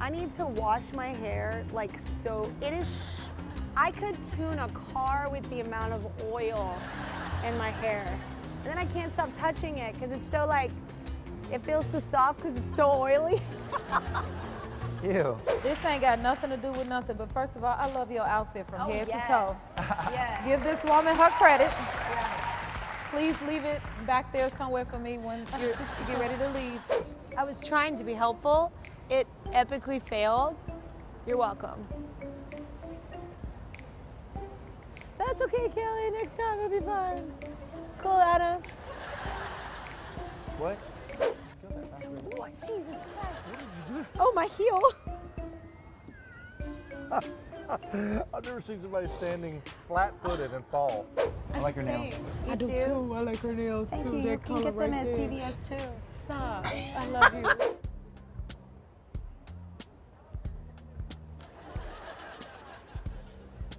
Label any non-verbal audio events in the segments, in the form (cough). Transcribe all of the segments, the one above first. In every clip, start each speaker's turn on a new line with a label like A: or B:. A: I need to wash my hair like so. It is. I could tune a car with the amount of oil in my hair. And then I can't stop touching it because it's so like, it feels so soft because it's so oily. (laughs)
B: Ew.
C: This ain't got nothing to do with nothing, but first of all, I love your outfit from
A: Oh,
C: head
A: yes.
C: to toe.
A: yeah.
C: Give this woman her credit. Please leave it back there somewhere for me when you you get ready to leave.
A: I was trying to be helpful. It epically failed. You're welcome. That's okay, Kelly. Next time it'll be fine. Cool, Adam.
B: What?
A: Oh, Jesus Christ. Oh, my heel.
B: I've never seen somebody standing flat-footed and fall. I like your nails.
C: You do?
D: I like her nails too. That color right there.
A: CVS too.
C: Stop. I love you.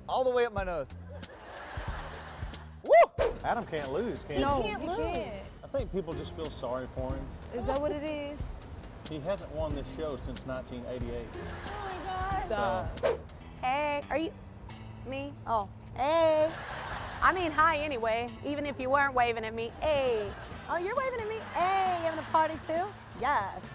B: All the way up my nose. Woo! Adam can't lose, can
C: No,
B: he?
C: you
A: can't lose.
C: can't.
E: I think people just feel sorry for him.
C: Is that what it is?
E: He hasn't won this show since 1988.
C: Stop.
A: Hey, are you me? Oh, hey. I mean, hi anyway, even if you weren't waving at me. Hey. Oh, you're waving at me? Hey, you having a party too? Yes.